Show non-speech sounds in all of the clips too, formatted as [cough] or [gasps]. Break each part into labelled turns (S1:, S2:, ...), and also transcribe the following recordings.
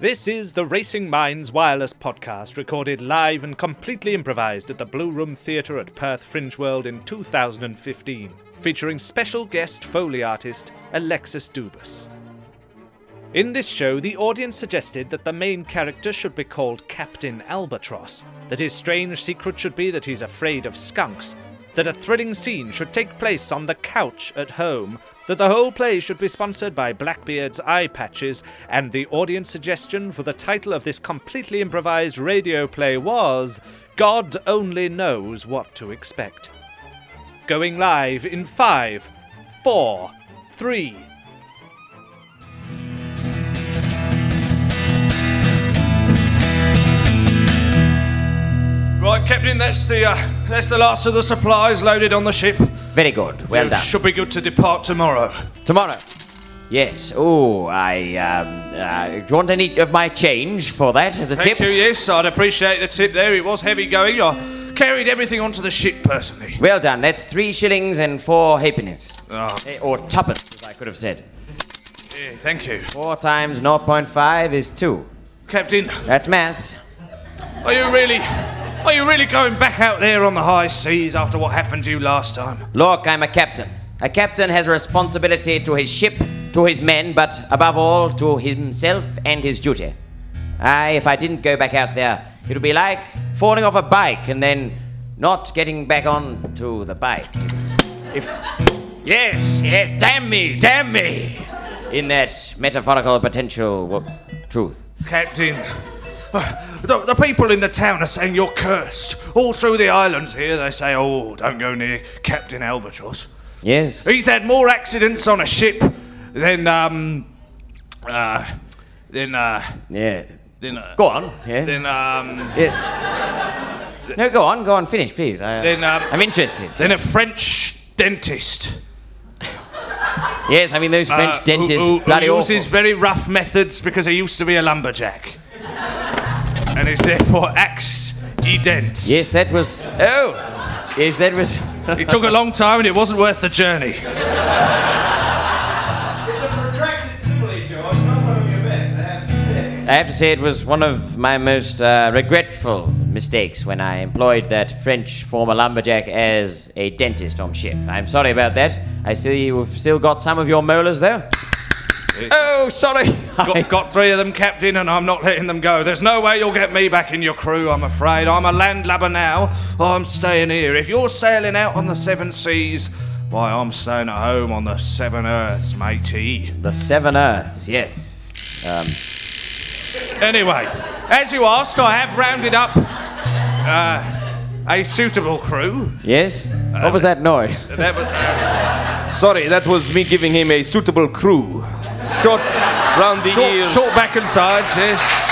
S1: This is the Racing Minds Wireless Podcast, recorded live and completely improvised at the Blue Room Theatre at Perth Fringe World in 2015, featuring special guest Foley artist Alexis Dubas. In this show, the audience suggested that the main character should be called Captain Albatross, that his strange secret should be that he's afraid of skunks, that a thrilling scene should take place on the couch at home, that the whole play should be sponsored by Blackbeard's eye patches, and the audience suggestion for the title of this completely improvised radio play was God Only Knows What to Expect. Going live in five, four, three, Right, Captain, that's the uh, that's the last of the supplies loaded on the ship.
S2: Very good. Well
S1: It
S2: done.
S1: Should be good to depart tomorrow.
S3: Tomorrow.
S2: Yes. Oh, I. Um, uh, do you want any of my change for that as a
S1: Thank
S2: tip?
S1: you. Yes, I'd appreciate the tip there. It was heavy going. I carried everything onto the ship personally.
S2: Well done. That's three shillings and four halfpennies.
S1: Ah.
S2: Eh, Or tuppence, as I could have said.
S1: Yeah, thank you,
S2: Four times 0.5 is two.
S1: Captain.
S2: That's maths.
S1: Are you really, are you really going back out there on the high seas after what happened to you last time?
S2: Look, I'm a captain. A captain has a responsibility to his ship, to his men, but above all, to himself and his duty. I, if I didn't go back out there, it would be like falling off a bike and then not getting back on to the bike. If. Yes, yes, damn me, damn me! In that metaphorical potential w- truth.
S1: Captain, uh, the, the people in the town are saying you're cursed. All through the islands here, they say, "Oh, don't go near Captain Albatross."
S2: Yes.
S1: He's had more accidents on a ship than um uh than uh
S2: Yeah.
S1: than uh,
S2: Go on. Yeah.
S1: than um
S2: yeah. No, go on, go on, finish, please. I,
S1: Then, um,
S2: I'm interested.
S1: than a French dentist.
S2: Yes, I mean those French
S1: uh, who-
S2: dentists.
S1: who, who
S2: bloody
S1: uses
S2: awful.
S1: very rough methods because he used to be a lumberjack. and is therefore axe he dents.
S2: Yes, that was. Oh, yes, that was.
S1: It took a long time and it wasn't worth the journey.
S4: Protracted simile, George. Not one of your best, I have to say.
S2: I have to say, it was one of my most uh, regretful mistakes when I employed that French former lumberjack as a dentist on ship. I'm sorry about that. I see you've still got some of your molars there. Oh, sorry. I-
S1: Got, got three of them, Captain, and I'm not letting them go. There's no way you'll get me back in your crew, I'm afraid. I'm a landlubber now. I'm staying here. If you're sailing out on the seven seas, why, I'm staying at home on the seven earths, matey.
S2: The Seven Earths, yes. Um,
S1: Anyway, as you asked, I have rounded up uh, a suitable crew.
S2: yes?
S5: Uh,
S2: What was that noise?
S1: That was,
S3: Sorry, that was me giving him a suitable crew. Short round the
S1: short,
S3: ears.
S1: short back and sides, yes.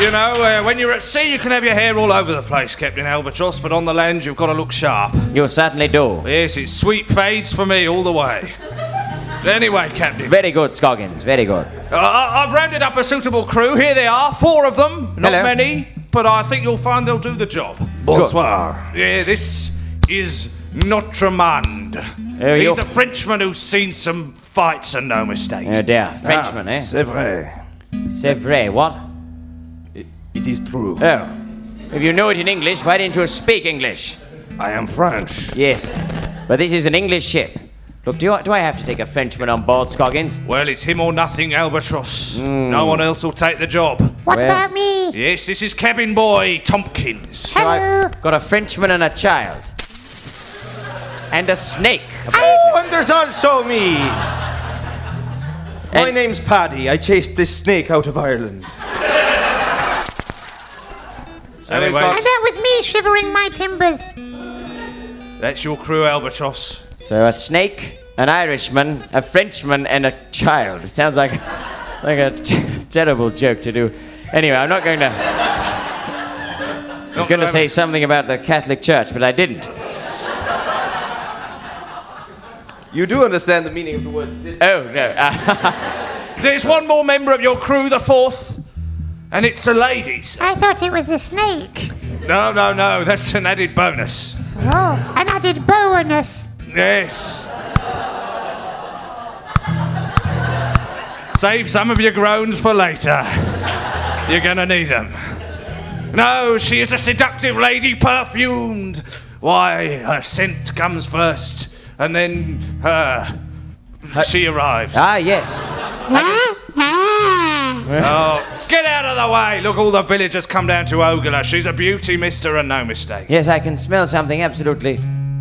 S1: You know, uh, when you're at sea, you can have your hair all over the place, Captain Albatross, but on the land, you've got to look sharp.
S2: You certainly do.
S1: Yes, it's sweet fades for me all the way. anyway, Captain,
S2: Very good, Scoggins, very good.
S1: I- I- I've rounded up a suitable crew. Here they are, four of them. Not
S2: Hello.
S1: many, but I think you'll find they'll do the job.
S3: Bonsoir.
S1: Yeah, this is Notremond.
S2: Oh,
S1: He's
S2: you're-
S1: a Frenchman who's seen some fights and no mistake.
S2: Oh dear, Frenchman, eh?
S3: Ah, C'est vrai.
S2: C'est vrai, what?
S3: It is true.
S2: Oh. If you know it in English, why didn't you speak English?
S3: I am French.
S2: Yes. But this is an English ship. Look, do, you, do I have to take a Frenchman on board, Scoggins?
S1: Well, it's him or nothing, Albatross. No one else will take the job.
S6: What
S2: Well-
S6: about me?
S1: Yes, this is cabin boy Tompkins.
S2: So
S6: Hello.
S2: I've got a Frenchman and a child. And a snake.
S3: Oh, and there's also me. My
S2: And-
S3: name's Paddy. I chased this snake out of Ireland.
S1: anyway,
S6: And that was me shivering my timbers.
S1: that's your crew, Albatross.
S2: So a snake, an Irishman, a Frenchman, and a child. It sounds like, like a t- terrible joke to do. Anyway, I'm not going to. I was going to say something about the Catholic Church, but I didn't.
S3: You do understand the meaning of the word. did-
S2: Oh, no. Uh,
S1: [laughs] There's one more member of your crew, the fourth, and it's a lady. sir.
S6: I thought it was the snake.
S1: No, no, no, that's an added bonus.
S6: Oh, and I did bonus.
S1: Yes. Save some of your groans for later. You're gonna need 'em. No, she is a seductive lady perfumed. Why, her scent comes first, and then her. she arrives.
S2: Ah, yes.
S1: [laughs] Oh, get out of the way! Look, all the villagers come down to Ogla. She's a beauty, mister, and no mistake.
S2: Yes, I can smell something absolutely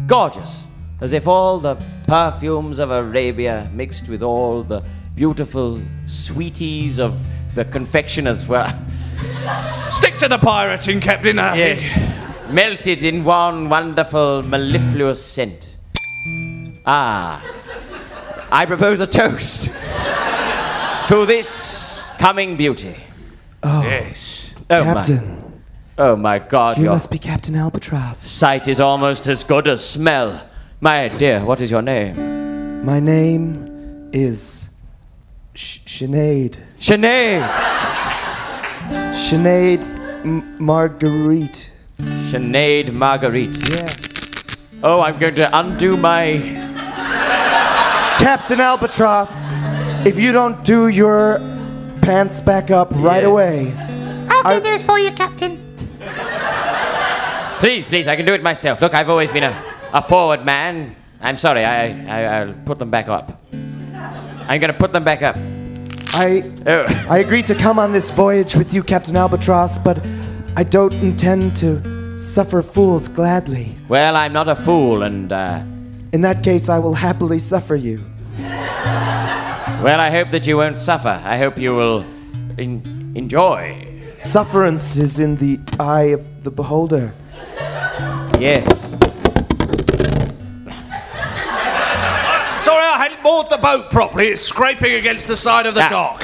S2: gorgeous, as if all the perfumes of Arabia mixed with all the beautiful sweeties of the confectioners were [laughs]
S1: Stick to the pirating, Captain. uh,
S2: melted in one wonderful mellifluous scent. Ah, I propose a toast to this coming beauty.
S1: Yes.
S2: Oh my!
S7: Captain,
S2: Oh my God!
S7: you
S2: your
S7: must be Captain Albatross.
S2: sight is almost as good as smell. My dear, what is your name?
S7: My name is Sh- Sinead.
S2: Sinead.
S7: Sinead M- Marguerite.
S2: Sinead Marguerite.
S7: Yes.
S2: Oh, I'm going to undo my.
S7: Captain Albatross, if you don't do your pants back up
S2: Yes.
S7: right away,
S6: I'll do
S7: I-
S6: those for you, Captain.
S2: Please, please, I can do it myself. Look, I've always been a, a forward man. I'm sorry, I, I, I'll put them back up. I'm going to put them back up.
S7: I
S2: Oh,
S7: I agreed to come on this voyage with you, Captain Albatross, but I don't intend to suffer fools gladly.
S2: well, I'm not a fool, and, uh,
S7: In that case, I will happily suffer you.
S2: well, I hope that you won't suffer. I hope you will en- enjoy.
S7: Sufferance is in the eye of the beholder.
S2: Yes.
S1: Sorry, I hadn't moored the boat properly. It's scraping against the side of the
S2: Ah.
S1: dock.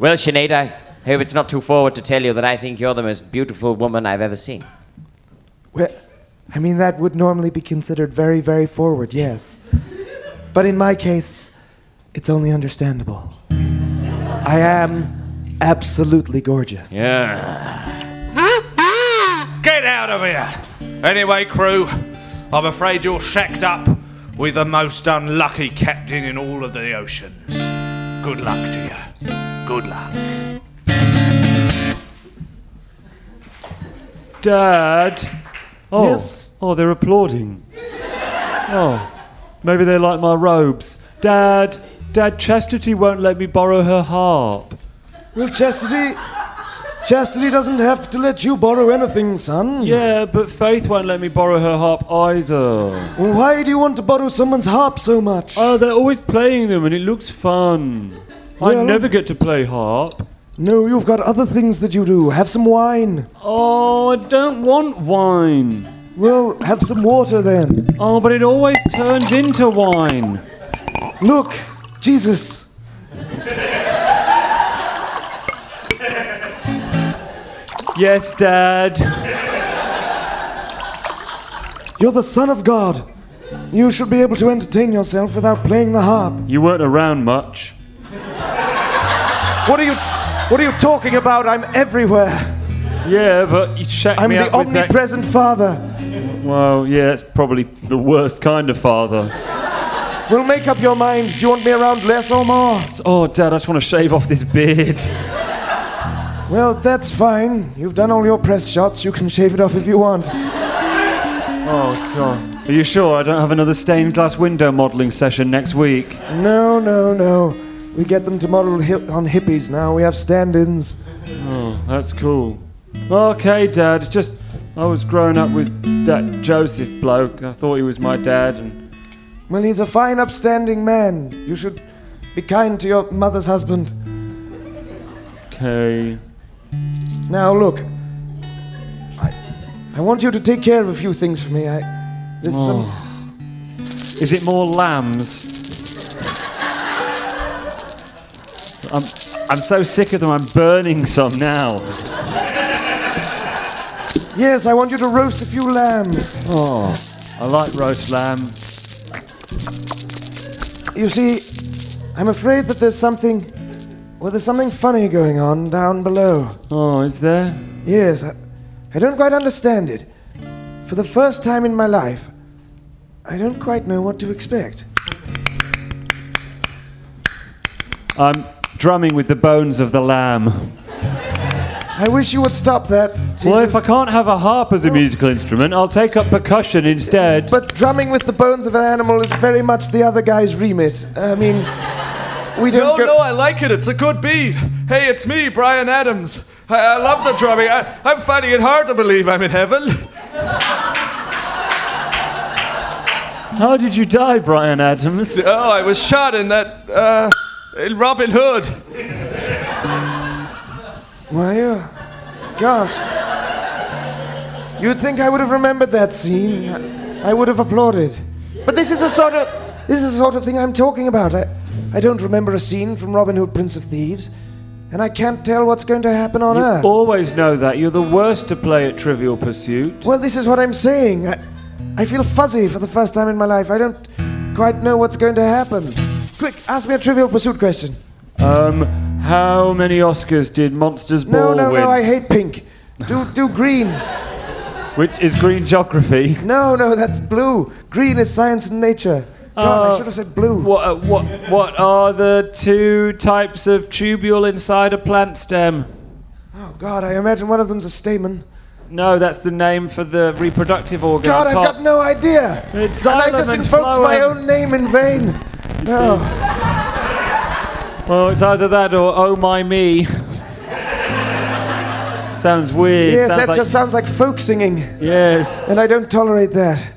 S2: Well, Sinead, I hope it's not too forward to tell you that I think you're the most beautiful woman I've ever seen.
S7: Well, I mean, that would normally be considered very, very forward, yes. But in my case, it's only understandable. I am absolutely gorgeous.
S2: Yeah.
S1: Get out of here! Anyway, crew, I'm afraid you're shacked up with the most unlucky captain in all of the oceans. Good luck to you. Good luck.
S8: Dad. Oh.
S7: Yes?
S8: Oh, they're applauding. Oh, maybe they like my robes. Dad, Dad, Chastity won't let me borrow her harp.
S7: Well, Chastity. Chastity doesn't have to let you borrow anything, son.
S8: Yeah, but Faith won't let me borrow her harp either.
S7: Why do you want to borrow someone's harp so much?
S8: Oh, they're always playing them, and it looks fun. I
S7: Well-
S8: never get to play harp.
S7: no, you've got other things that you do. Have some wine.
S8: Oh, I don't want wine.
S7: Well, have some water then.
S8: Oh, but it always turns into wine.
S7: Look, Jesus.
S8: Yes, Dad.
S7: You're the Son of God. You should be able to entertain yourself without playing the harp.
S8: You weren't around much.
S7: What are you what are you talking about? I'm everywhere.
S8: Yeah, but you shacked
S7: I'm
S8: me
S7: the
S8: up with that
S7: omnipresent father.
S8: Well, yeah, it's probably the worst kind of father.
S7: We'll make up your mind. Do you want me around less or more?
S8: Oh, Dad, I just want to shave off this beard.
S7: Well, that's fine. You've done all your press shots. You can shave it off if you want.
S8: Oh, God. Are you sure I don't have another stained glass window modelling session next week?
S7: No, no, no. We get them to model hi- on hippies now. We have stand-ins. Oh,
S8: That's cool. Okay, Dad, it's just I was growing up with that Joseph bloke. I thought he was my dad, and
S7: Well, he's a fine, upstanding man. You should be kind to your mother's husband.
S8: okay.
S7: Now, look. I, I want you to take care of a few things for me. I, there's some.
S8: Is it more lambs? I'm, I'm so sick of them, I'm burning some now.
S7: Yes, I want you to roast a few lambs.
S8: Oh, I like roast lamb.
S7: You see, I'm afraid that there's something. Well, there's something funny going on down below.
S8: Oh, is there?
S7: Yes, I, I don't quite understand it. For the first time in my life, I don't quite know what to expect.
S8: I'm drumming with the bones of the lamb.
S7: I wish you would stop that.
S8: Well, if
S7: Jesus. Oh.
S8: I can't have a harp as a musical instrument, I'll take up percussion instead.
S7: But drumming with the bones of an animal is very much the other guy's remit. I mean, we
S1: No,
S7: don't go.
S1: no, I like it. It's a good beat. Hey, it's me, Brian Adams. I, I love the drumming. I, I'm finding it hard to believe I'm in heaven.
S8: How did you die, Brian Adams?
S1: Oh, I was shot in that, uh, in Robin Hood.
S7: Why, uh, gosh. You'd think I would have remembered that scene. I would have applauded. But this is the sort of this is the sort of thing I'm talking about. I, I don't remember a scene from Robin Hood, Prince of Thieves, and I can't tell what's going to happen on
S8: You
S7: Earth.
S8: always know that. You're the worst to play at Trivial Pursuit.
S7: Well, this is what I'm saying. I, I feel fuzzy for the first time in my life. I don't quite know what's going to happen. Quick, ask me a trivial pursuit question.
S8: Um, how many Oscars did Monsters
S7: No,
S8: Ball
S7: no,
S8: win?
S7: no, I hate pink. Do, do green.
S8: Which is Green Geography.
S7: No, no, that's blue. Green is science and nature. [laughs] God, I should have said blue.
S8: What, uh, what, what are the two types of tubule inside a plant stem?
S7: Oh, God, I imagine one of them's a stamen.
S8: No, that's the name for the reproductive organ.
S7: God,
S8: on
S7: I've
S8: top.
S7: got no idea.
S8: It's
S7: and I
S8: xylem
S7: just
S8: and
S7: invoked my
S8: phloem.
S7: own name in vain. No.
S8: Well, it's either that or oh my me. [laughs] Sounds weird.
S7: Yes,
S8: Sounds
S7: that
S8: like-
S7: just sounds like folk singing,
S8: Yes.
S7: and I don't tolerate that.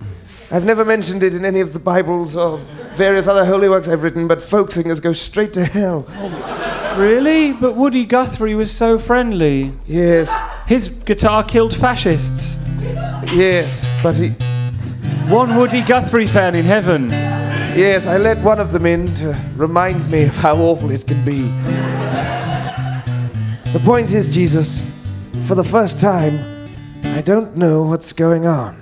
S7: I've never mentioned it in any of the Bibles or various other holy works I've written, but folk singers go straight to hell.
S8: Really? But Woody Guthrie was so friendly.
S7: Yes,
S8: His guitar killed fascists.
S7: yes, but he,
S8: One Woody Guthrie fan in heaven.
S7: yes, I let one of them in to remind me of how awful it can be. The point is, Jesus, for the first time, I don't know what's going on.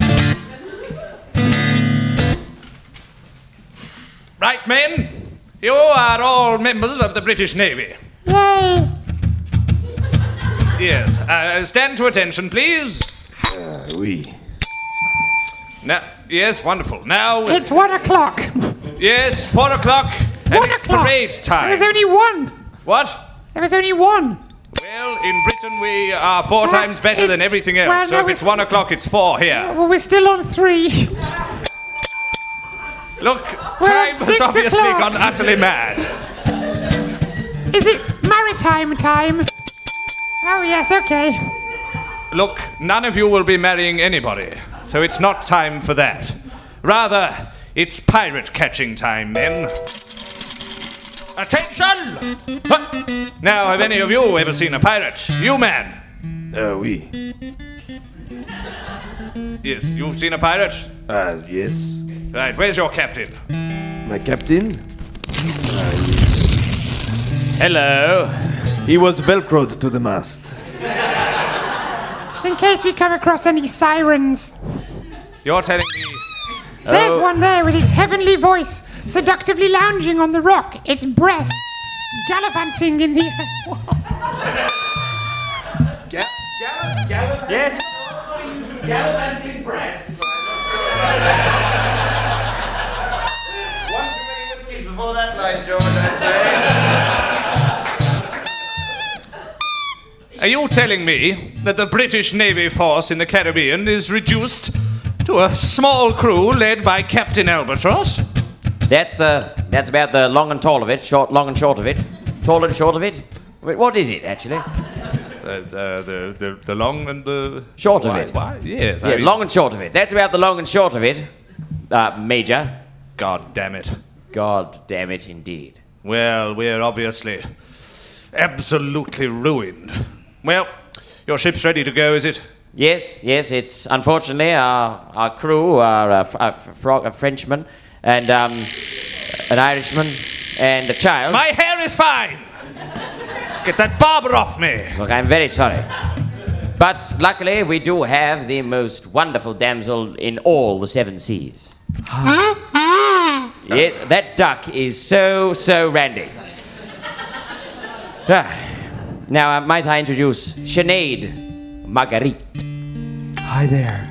S1: Right, men? You are all members of the British Navy.
S6: Yay!
S1: Yes. Uh, stand to attention, please.
S3: Oui.
S1: Now, yes, wonderful. Now,
S6: It's one o'clock.
S1: yes, four o'clock, and
S6: one
S1: it's
S6: o'clock.
S1: parade
S6: There
S1: time.
S6: was only one.
S1: what?
S6: There was only one.
S1: Well, in Britain we are four
S6: Well,
S1: times better than
S6: it's-
S1: everything else.
S6: well,
S1: so
S6: no,
S1: if it's
S6: it's-
S1: one o'clock, it's four here.
S6: Well, we're still on three. [laughs]
S1: Look,
S6: We're at
S1: time has
S6: six
S1: obviously
S6: o'clock.
S1: gone utterly mad.
S6: Is it maritime time? Oh yes, okay.
S1: Look, none of you will be marrying anybody, so it's not time for that. Rather, it's pirate catching time, men. Attention! Huh. Now, have any of you ever seen a pirate? You, man.
S3: Uh, oui.
S1: Yes, you've seen a pirate?
S3: Uh, yes.
S1: Right, where's your captain?
S3: My captain?
S2: Hello.
S3: He was velcroed to the mast.
S6: It's in case we come across any sirens.
S1: You're telling me.
S6: There's
S1: Uh, Oh.
S6: one there with its heavenly voice, seductively lounging on the rock, its breast gallivanting in the air.
S8: Yes.
S4: Gallivanting breasts. One too many whiskeys before that line, George, I'd say.
S1: Are you telling me that the British Navy force in the Caribbean is reduced to a small crew led by Captain Albatross?
S2: That's the that's about the long and tall of it, short long and short of it. Tall and short of it? Wait, what is it actually?
S1: The, the, the, the, the long and the
S2: Short of
S1: wide-
S2: it.
S1: wide? Yes. I
S2: Yeah,
S1: mean-
S2: long and short of it. That's about the long and short of it. Uh, Major.
S1: God damn it.
S2: God damn it indeed.
S1: Well, we're obviously absolutely ruined. Well, your ship's ready to go, is it?
S2: Yes, yes, it's unfortunately our, our crew are a, a, fro- a Frenchman and um, an Irishman and a child.
S1: My hair is fine. Get that barber off me.
S2: Look, I'm very sorry. But luckily, we do have the most wonderful damsel in all the seven seas. yeah, that duck is so, so randy. Ah. Now, uh, might I introduce Sinead Marguerite?
S7: Hi there.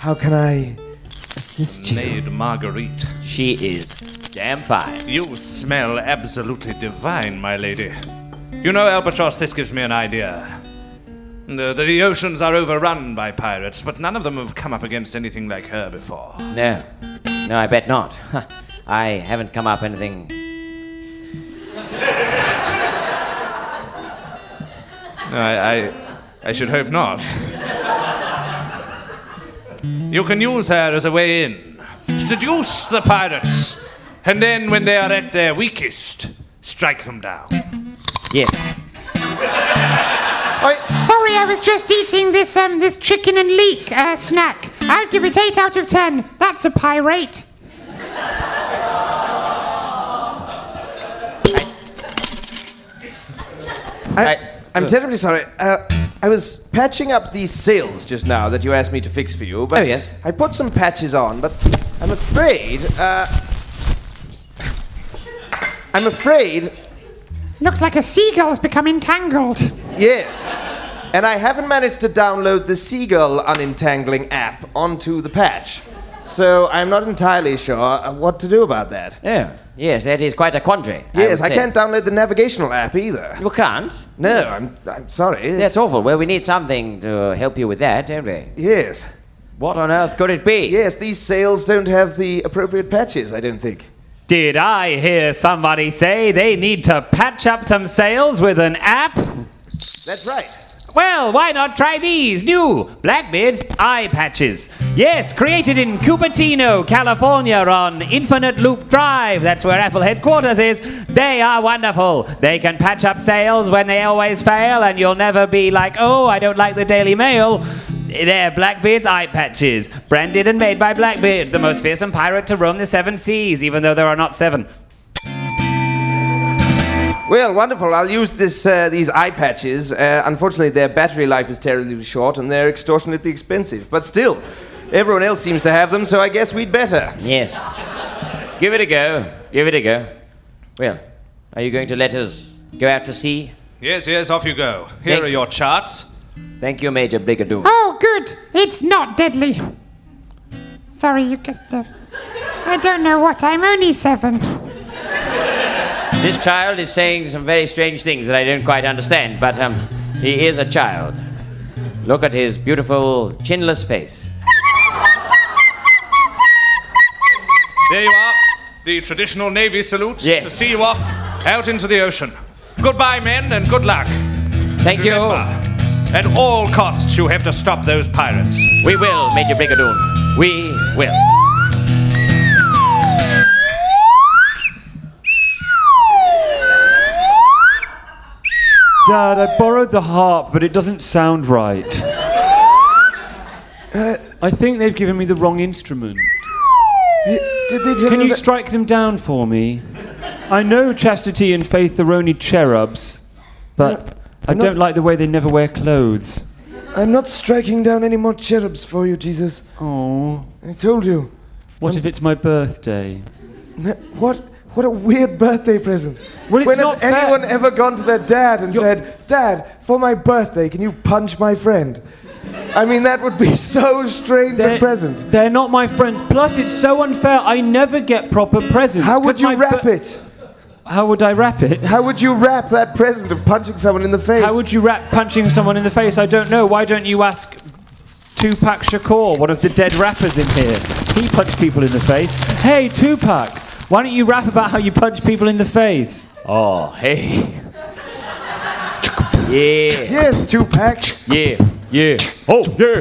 S7: How can I assist you?
S1: Maid Marguerite.
S2: She is Damn fine.
S1: You smell absolutely divine, my lady. You know, Albatross, this gives me an idea. The, the oceans are overrun by pirates, but none of them have come up against anything like her before.
S2: No. No, I bet not. [laughs] Huh. I haven't come up anything.
S1: No, I, I, I should hope not. you can use her as a way in. Seduce the pirates, and then when they are at their weakest, strike them down.
S2: Yes.
S6: Sorry, I was just eating this um this chicken and leek uh, snack. I'll give it eight out of ten. That's a pirate.
S2: I,
S3: I'm terribly sorry. Uh, I was patching up these sails just now that you asked me to fix for you. But
S2: Oh, yes.
S3: I put some patches on, but I'm afraid. Uh, I'm afraid.
S6: Looks like a seagull's become entangled.
S3: Yes. And I haven't managed to download the Seagull Unentangling app onto the patch. So I'm not entirely sure uh, what to do about that.
S2: yeah. Yes, that is quite a quandary.
S3: Yes,
S2: would
S3: I
S2: say.
S3: can't download the navigational app either.
S2: You can't?
S3: No, I'm, uh, I'm sorry.
S2: That's awful. Well, we need something to help you with that, don't we?
S3: Yes.
S2: What on earth could it be?
S3: Yes, these sails don't have the appropriate patches, I don't think.
S9: Did I hear somebody say they need to patch up some sails with an app?
S3: That's right.
S9: Well, why not try these new Blackbeard's eye patches? Yes, created in Cupertino, California on Infinite Loop Drive. That's where Apple headquarters is. They are wonderful. They can patch up sales when they always fail, and you'll never be like, oh, I don't like the Daily Mail. They're Blackbeard's eye patches, branded and made by Blackbeard, the most fearsome pirate to roam the seven seas, even though there are not seven.
S3: Well, wonderful. I'll use this uh, these eye patches. Uh, unfortunately, their battery life is terribly short and they're extortionately expensive. But still, everyone else seems to have them, so I guess we'd better.
S2: Yes. Give it a go. Give it a go. Well, are you going to let us go out to sea?
S1: Yes, yes, off you go. Here
S2: Thank
S1: are
S2: you.
S1: your charts.
S2: Thank you, Major Bligadoo.
S6: Oh, good. It's not deadly. Sorry, you get the. I don't know what. I'm only seven.
S2: This child is saying some very strange things that I don't quite understand, but um, he is a child. Look at his beautiful, chinless face.
S1: There you are. The traditional Navy salute to
S2: Yes.
S1: see you off out into the ocean. Goodbye, men, and good luck.
S2: Thank you.
S1: Remember, at all costs, you have to stop those pirates.
S2: We will, Major Brigadoon. We will.
S8: Dad, I borrowed the harp, but it doesn't sound right. Uh, I think they've given me the wrong instrument.
S7: Did they tell
S8: Can
S7: you
S8: you
S7: that-
S8: strike them down for me? I know Chastity and Faith are only cherubs, but I
S7: not-
S8: don't like the way they never wear clothes.
S7: I'm not striking down any more cherubs for you, Jesus.
S8: Oh,
S7: I told you.
S8: what if it's my birthday?
S7: N- What? What a weird birthday present.
S8: Well, it's
S7: when
S8: not
S7: has
S8: fair.
S7: anyone ever gone to their dad and said, Dad, for my birthday, can you punch my friend? I mean, that would be [laughs] so strange a present.
S8: They're not my friends. Plus, it's so unfair. I never get proper presents.
S7: How would
S8: 'cause
S7: you
S8: my
S7: wrap
S8: bir-
S7: it?
S8: How would I wrap it?
S7: How would you wrap that present of punching someone in the face?
S8: How would you rap punching someone in the face? I don't know. Why don't you ask Tupac Shakur, one of the dead rappers in here? He punched people in the face. Hey, Tupac, why don't you rap about how you punch people in the face?
S2: Oh, hey. Yeah,
S7: Yes, Tupac.
S2: yeah, yeah. Oh, yeah.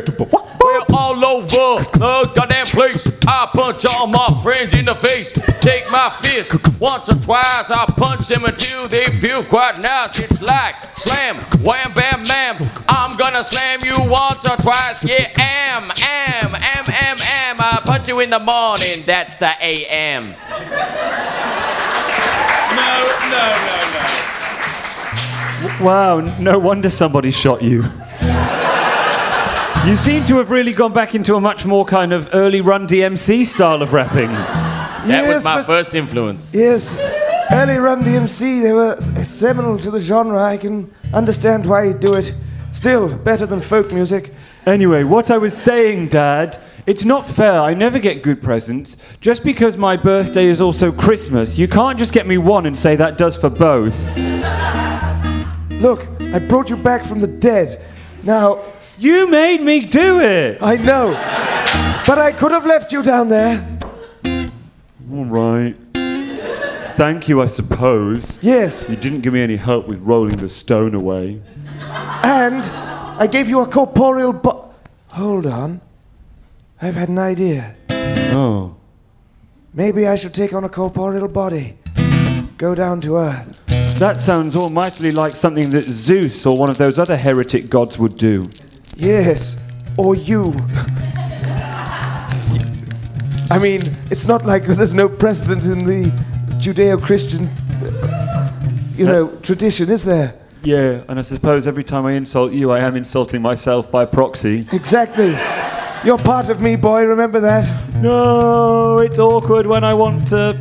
S2: We're all over the goddamn place. I punch all my friends in the face. Take my fist once or twice. I punch them until they feel quite nice. It's like slam, wham, bam, bam. I'm gonna slam you once or twice. Yeah, am, am, am, am, am. I punch you in the morning. That's the AM.
S1: No, no, no, no.
S8: Wow, no wonder somebody shot you. You seem to have really gone back into a much more kind of early run DMC style of rapping.
S7: That yes, but-
S2: first influence.
S7: Yes. Early Run DMC, they were s- seminal to the genre. I can understand why you do it. Still, better than folk music.
S8: Anyway, what I was saying, Dad, It's not fair. I never get good presents. Just because my birthday is also Christmas, you can't just get me one and say that does for both.
S7: Look, I brought you back from the dead. Now,
S8: You made me do it.
S7: I know. But I could have left you down there.
S8: All right. Thank you, I suppose.
S7: Yes.
S8: You didn't give me any help with rolling the stone away.
S7: And I gave you a corporeal bo- Hold on. I've had an idea.
S8: Oh.
S7: Maybe I should take on a corporeal body. Go down to earth.
S8: That sounds almightily like something that Zeus or one of those other heretic gods would do.
S7: Yes. Or you. I mean, it's not like there's no precedent in the Judeo-Christian you know, tradition, is there?
S8: Yeah, and I suppose every time I insult you, I am insulting myself by proxy.
S7: Exactly. You're part of me, boy, remember that?
S8: No, Oh, it's awkward when I want to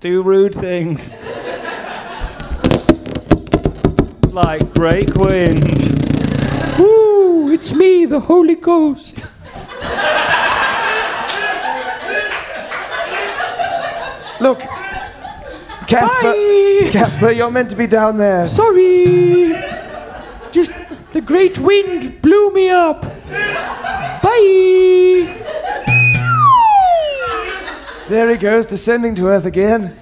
S8: do rude things. like breakwind.
S7: Ooh, it's me, the Holy Ghost. Look, Casper, Casper, you're meant to be down there.
S6: Sorry. Just the great wind blew me up. Bye.
S7: There he goes, descending to earth again.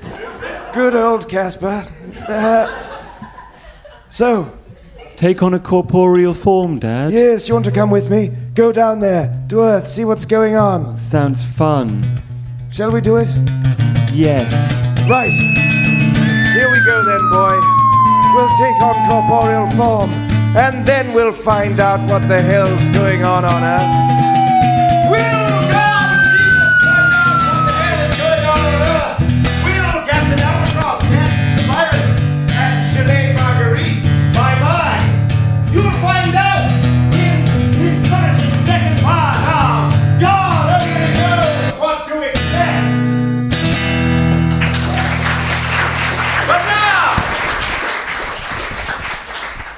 S7: Good old Casper. Uh, so,
S8: Take on a corporeal form, Dad.
S7: yes, you want to come with me? Go down there to earth, see what's going on.
S8: Sounds fun.
S7: Shall we do it?
S8: Yes.
S7: Right. Here we go then, boy. We'll take on corporeal form, and then we'll find out what the hell's going on on Earth.
S4: We'll go! Jesus, find out what the hell is going on on Earth. We'll get the double cross, get the virus, and Sinead Marguerite. Bye bye. You'll find out in this first and second part of God only knows what to expect. But now,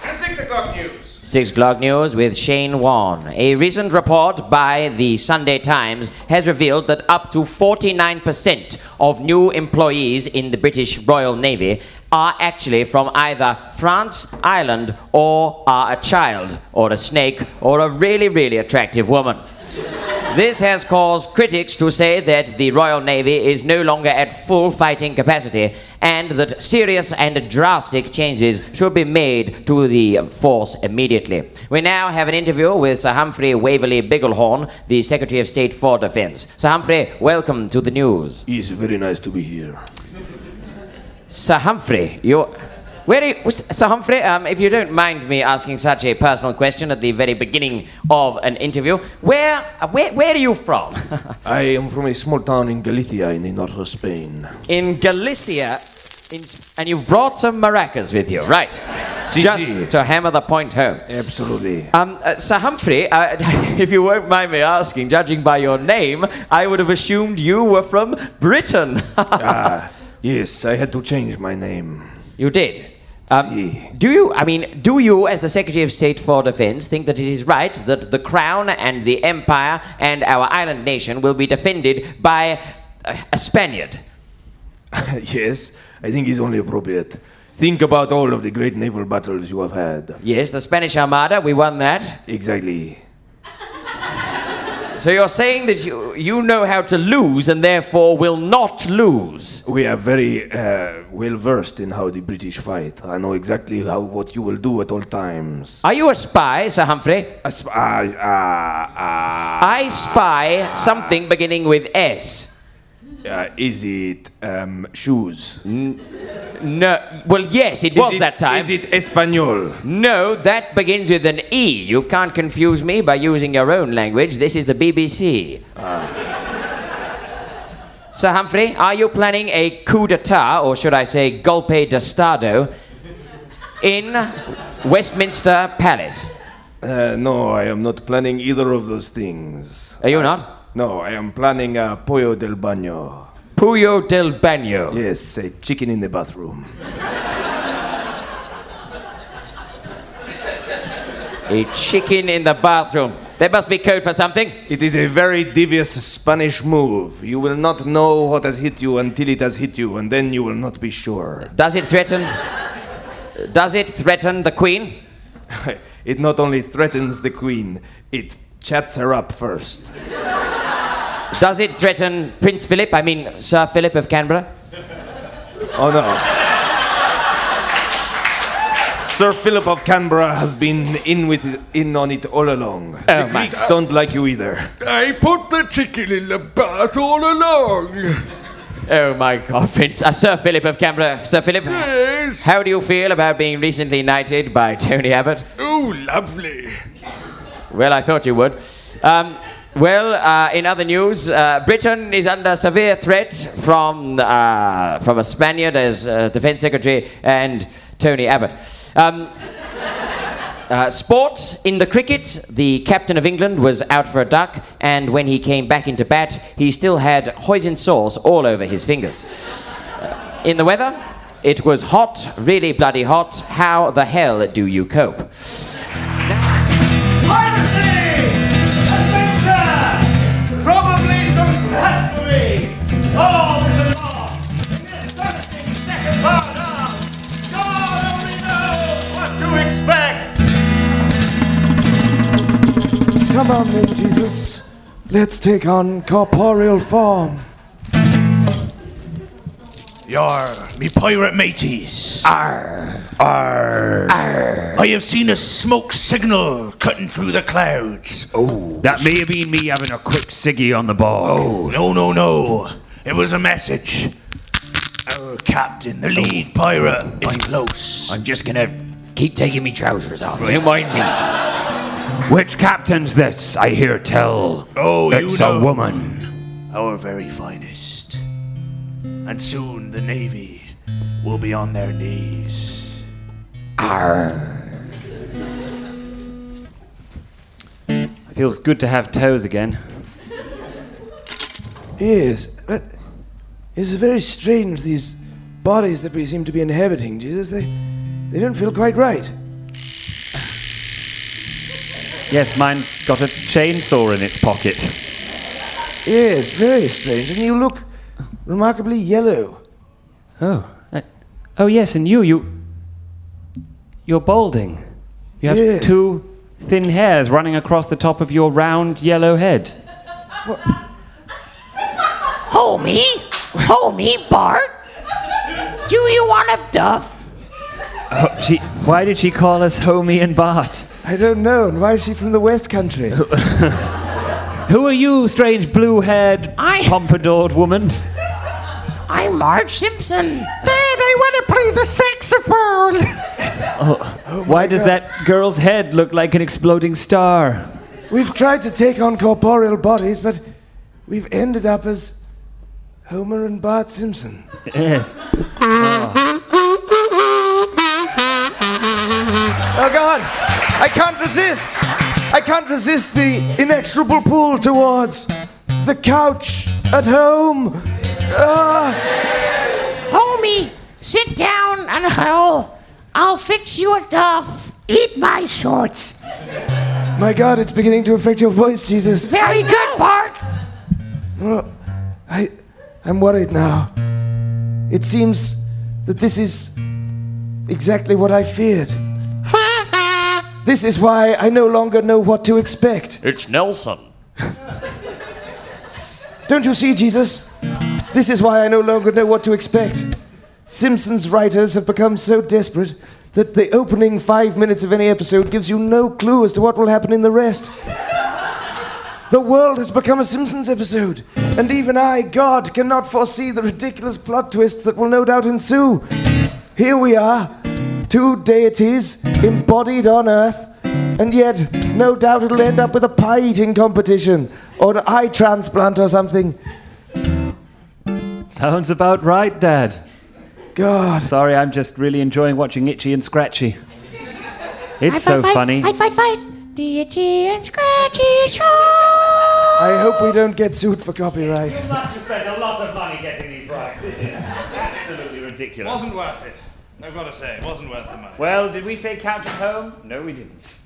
S4: the six o'clock news.
S2: 6 o'clock news with Shane Warne. A recent report by the Sunday Times has revealed that up to 49% of new employees in the British Royal Navy are actually from either France, Ireland, or are a child, or a snake, or a really, really attractive woman. This has caused critics to say that the Royal Navy is no longer at full fighting capacity and that serious and drastic changes should be made to the force immediately. We now have an interview with Sir Humphrey Waverley Bigelhorn, the Secretary of State for Defense. Sir Humphrey, welcome to the news.
S5: It's very nice to be here.
S2: Sir Humphrey, you. Where are you, Sir Humphrey, um, if you don't mind me asking such a personal question at the very beginning of an interview, where, where, where are you from? [laughs]
S5: I am from a small town in Galicia in the north of Spain.
S2: in Galicia, in, and you've brought some maracas with you, right?
S5: Si,
S2: Just
S5: si.
S2: to hammer the point home.
S5: Absolutely.
S2: Um, uh, Sir Humphrey, uh, [laughs] if you won't mind me asking, judging by your name, I would have assumed you were from Britain. [laughs]
S5: Ah, yes, I had to change my name.
S2: you did. Um,
S5: si.
S2: Do you, I mean, do you, as the Secretary of State for Defense, think that it is right that the Crown and the Empire and our island nation will be defended by a, a Spaniard?
S5: [laughs] yes, I think it's only appropriate. Think about all of the great naval battles you have had.
S2: Yes, the Spanish Armada, we won that.
S5: Exactly.
S2: [laughs] So you're saying that you, you know how to lose and therefore will not lose.
S5: We are very uh, well versed in how the British fight. I know exactly how what you will do at all times.
S2: Are you a spy, Sir Humphrey?
S5: I sp- ah, ah, ah.
S2: I spy something beginning with S.
S5: Uh, is it um, shoes?
S2: Mm. No, well, yes, it was
S5: Is it-
S2: that time.
S5: Is it Espanol?
S2: No, that begins with an E. You can't confuse me by using your own language. This is the BBC.
S5: Ah.
S2: Sir Humphrey, are you planning a coup d'etat, or should I say golpe d'estado, in Westminster Palace?
S5: Uh, no, I am not planning either of those things.
S2: Are you not?
S5: No, I am planning a pollo del baño.
S2: Puyo del Baño.
S5: Yes, a chicken in the bathroom.
S2: A chicken in the bathroom. That must be code for something.
S5: It is a very devious Spanish move. You will not know what has hit you until it has hit you, and then you will not be sure.
S2: Does it threaten? Does it threaten the Queen?
S5: [laughs] it not only threatens the queen, it chats her up first.
S2: Does it threaten Prince Philip? I mean, Sir Philip of Canberra?
S5: Oh no. Sir Philip of Canberra has been in with in on it all along. the
S2: Oh my
S5: Greeks don't like you either.
S1: I put the chicken in the bath all along.
S2: Oh my God, Prince. Uh, Sir Philip of Canberra. Sir Philip,
S1: Yes.
S2: how do you feel about being recently knighted by Tony Abbott?
S1: Oh, lovely.
S2: Well, I thought you would. Um, well, uh, in other news, uh, Britain is under severe threat from uh, from a Spaniard as uh, Defence Secretary and Tony Abbott. Um, [laughs] uh, sport in the cricket, the captain of England was out for a duck, and when he came back into bat, he still had hoisin sauce all over his fingers. Uh, in the weather, it was hot, really bloody hot. How the hell do you cope?
S10: Piracy! Adventure! Probably some Oh, blasphemy! All is a law! In this punishing second part now, God only knows what to expect!
S7: Come on then, Jesus. Let's take on corporeal form.
S1: Yar, me pirate mateys.
S2: Arr.
S1: Arr. I have seen a smoke signal cutting through the clouds. Oh.
S11: That may have been me having a quick ciggy on the bar.
S1: No, no, no. It was a message.
S11: Oh,
S1: Our captain, the lead pirate, is close.
S2: I'm just gonna keep taking me trousers off. Don't mind me.
S11: Which captain's this? I hear tell.
S1: oh, you
S11: it's
S1: know.
S11: a woman.
S1: our very finest. And soon the Navy will be on their knees.
S8: Feels good to have toes again.
S12: Yes, but it's very strange these bodies that we seem to be inhabiting, Jesus. They they don't feel quite right.
S8: Yes, mine's got a chainsaw in its pocket.
S12: Yes, very strange. And you look remarkably yellow.
S8: Oh. I- oh yes, and you, you. You're balding. You have
S12: Yes.
S8: two thin hairs running across the top of your round yellow head.
S6: Homie? Homie, Bart? Do you want a duff?
S8: Oh, she, why did she call us Homie and Bart?
S7: Uh, I don't know, and why is she from the West Country?
S8: [laughs] Who are you, strange blue-haired,
S6: I-
S8: pompadoured woman?
S6: I'm Marge Simpson.
S13: Dad, I want to play the saxophone.
S8: Oh,
S7: Oh
S8: Why does that girl's head look like an exploding star?
S7: We've tried to take on corporeal bodies, but we've ended up as Homer and Bart Simpson.
S8: Yes.
S7: Oh God, I can't resist. I can't resist the inexorable pull towards the couch at home.
S8: Uh.
S7: Ah,
S6: Homie, sit down and howl. I'll fix you a duff. Eat my shorts.
S7: my God, it's beginning to affect your voice, Jesus.
S6: Very good, Bart.
S7: Well, I, I'm worried now. It seems that this is exactly what
S6: [laughs]
S7: I feared. This is why I no longer know what to expect.
S2: It's Nelson.
S7: Don't you see, Jesus? This is why I no longer know what to expect. Simpsons writers have become so desperate that the opening five minutes of any episode gives you no clue as to what will happen in the rest. The world has become a Simpsons episode, and even I, God, cannot foresee the ridiculous plot twists that will no doubt ensue. Here we are, two deities embodied on Earth, and yet no doubt it'll end up with a pie eating competition or an eye transplant or something.
S8: Sounds about right, Dad.
S7: God.
S8: Sorry, I'm just really enjoying watching Itchy and Scratchy. It's so funny.
S6: Fight, fight, fight. The itchy and scratchy show.
S7: I hope we don't get sued for copyright.
S11: must have spent a lot of money getting these rights. This is absolutely ridiculous.
S9: Wasn't worth it. I've got to say, it wasn't worth the money.
S11: Well, did we say couch at home? No, we didn't.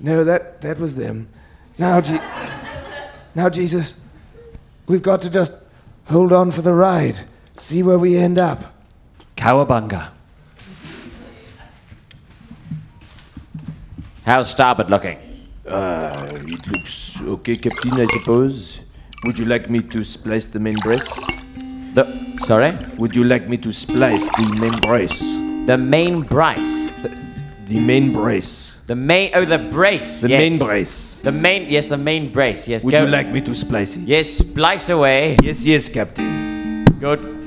S5: No, that, that was them. Now, Je- now, Jesus, we've got to just hold on for the ride, see where we end up.
S8: Cowabunga.
S2: How's starboard looking?
S14: Ah, it looks okay, Captain, I suppose. Would you like me to splice the main brace?
S2: The. Sorry?
S14: Would you like me to splice the main brace?
S2: The main brace?
S14: The, the main brace.
S2: The main. Oh, the brace.
S14: The
S2: yes.
S14: main brace.
S2: The main. Yes, the main brace. Yes,
S14: Would
S2: go.
S14: you like me to splice it?
S2: Yes, splice away.
S14: Yes, yes, Captain.
S2: Good.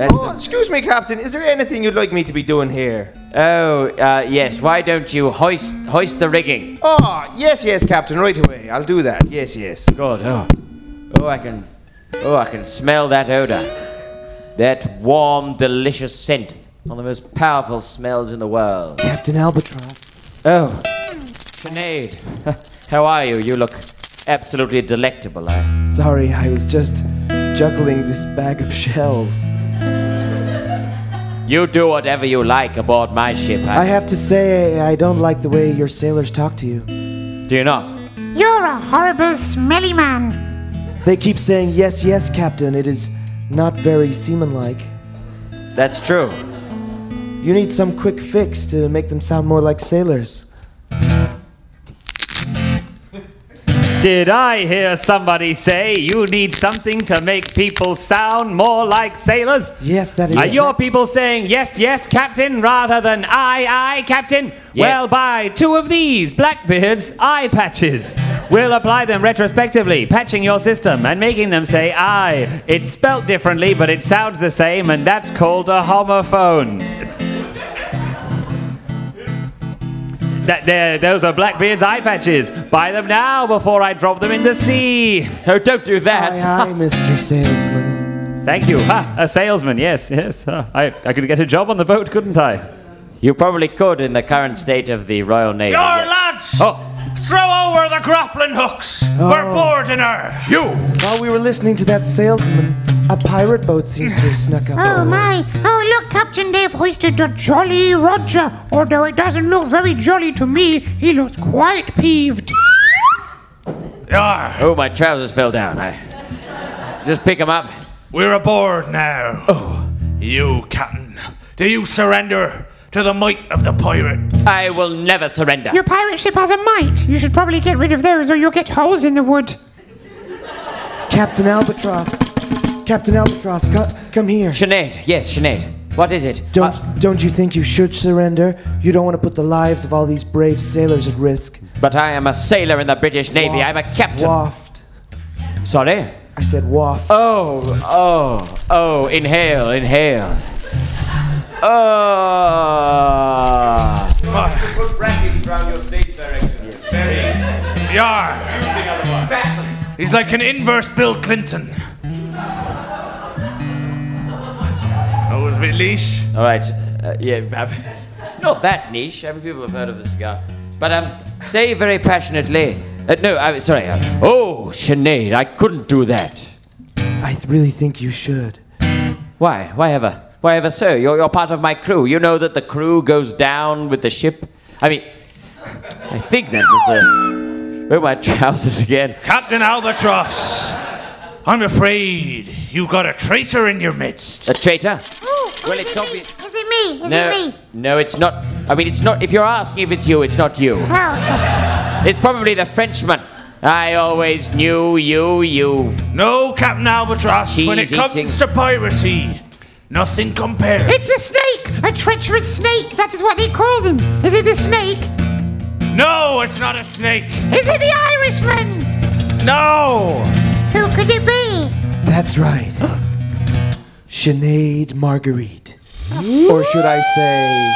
S3: Oh, excuse me, Captain. Is there anything you'd like me to be doing here?
S2: Oh, uh, yes. Why don't you hoist hoist the rigging?
S3: Oh, yes, yes, Captain. Right away. I'll do that. Yes, yes.
S2: God, oh. Oh, I can. Oh, I can smell that odor. That warm, delicious scent. One of the most powerful smells in the world.
S7: Captain Albatross.
S2: Oh, Sinead. [laughs] How are you? You look absolutely delectable. I,
S7: Sorry, I was just juggling this bag of shells.
S2: you do whatever you like aboard my ship. I,
S7: I have to say, I don't like the way your sailors talk to you.
S2: Do you not?
S6: You're a horrible smelly man.
S7: They keep saying, yes, yes, Captain. It is not very seaman-like.
S2: That's true.
S7: You need some quick fix to make them sound more like sailors.
S9: Did I hear somebody say you need something to make people sound more like sailors?
S7: Yes, that is.
S9: Are your people saying yes, yes, Captain, rather than aye, aye, Captain? Well, buy two of these Blackbeard's eye patches. We'll apply them retrospectively, patching your system and making them say aye. It's spelt differently, but it sounds the same, and that's called a homophone. That there, those are Blackbeard's eye patches. Buy them now before I drop them in the sea.
S2: Oh, don't do that. [laughs]
S7: Aye, aye, Mr. Salesman.
S9: Thank you. Ha, a salesman, yes, yes. Ha, I, I could get a job on the boat, couldn't I?
S2: You probably could in the current state of the Royal Navy.
S15: Your lads!
S2: Oh.
S15: Throw over the grappling hooks! We're boarding her! You!
S7: While we were listening to that salesman, a pirate boat seems to have snuck up.
S6: Oh
S7: on us.
S6: my! Oh look, Captain, they've hoisted the Jolly Roger. Although it doesn't look very jolly to me, he looks quite peeved.
S15: Yar,
S2: Oh, my trousers fell down. I just pick them up.
S15: we're aboard now. Oh. You, Captain, do you surrender to the might of the pirates?
S2: I will never surrender.
S6: Your pirate ship has a mite. You should probably get rid of those, or you'll get holes in the wood.
S7: Captain Albatross. Captain Albatross, co- come here.
S2: Sinead, yes, Sinead. What is it?
S7: Don't don't you think you should surrender? You don't want to put the lives of all these brave sailors at risk.
S2: But I am a sailor in the British Navy. I'm a captain.
S7: Waft.
S2: Sorry?
S7: I said waft.
S2: Oh, oh, oh, inhale, inhale. Oh.
S4: Put brackets around your stage direction. It's very
S15: Yar,
S4: confusing otherwise.
S15: he's like an inverse Bill Clinton. That was a bit leash.
S2: All right. Uh, yeah, I've- not that niche. How many people have heard of the cigar? But um, say very passionately. Uh, no, I'm sorry. uh, oh, Sinead, I couldn't do that.
S7: I th- really think you should.
S2: Why? Why ever? Why ever so? You're, you're part of my crew. You know that the crew goes down with the ship. I mean, I think that was the. Where are my trousers again?
S15: Captain Albatross, I'm afraid you got a traitor in your midst.
S2: A traitor?
S6: well,
S2: it's obvious-
S6: Oh, Is it me? Is
S2: no,
S6: it me?
S2: no, it's not. I mean, it's not. If you're asking if it's you, it's not you.
S6: Oh,
S2: It's probably the Frenchman. I always knew you, you.
S15: No, Captain Albatross, when it
S2: He's
S15: comes
S2: eating-
S15: to piracy, nothing compares.
S2: [laughs]
S6: it's a snake! A treacherous snake! That is what they call them. Is it the snake?
S15: No, it's not a snake.
S6: Is it the Irishman?
S15: No!
S6: Who could it be?
S7: That's right. Sinead Marguerite. Or should I say,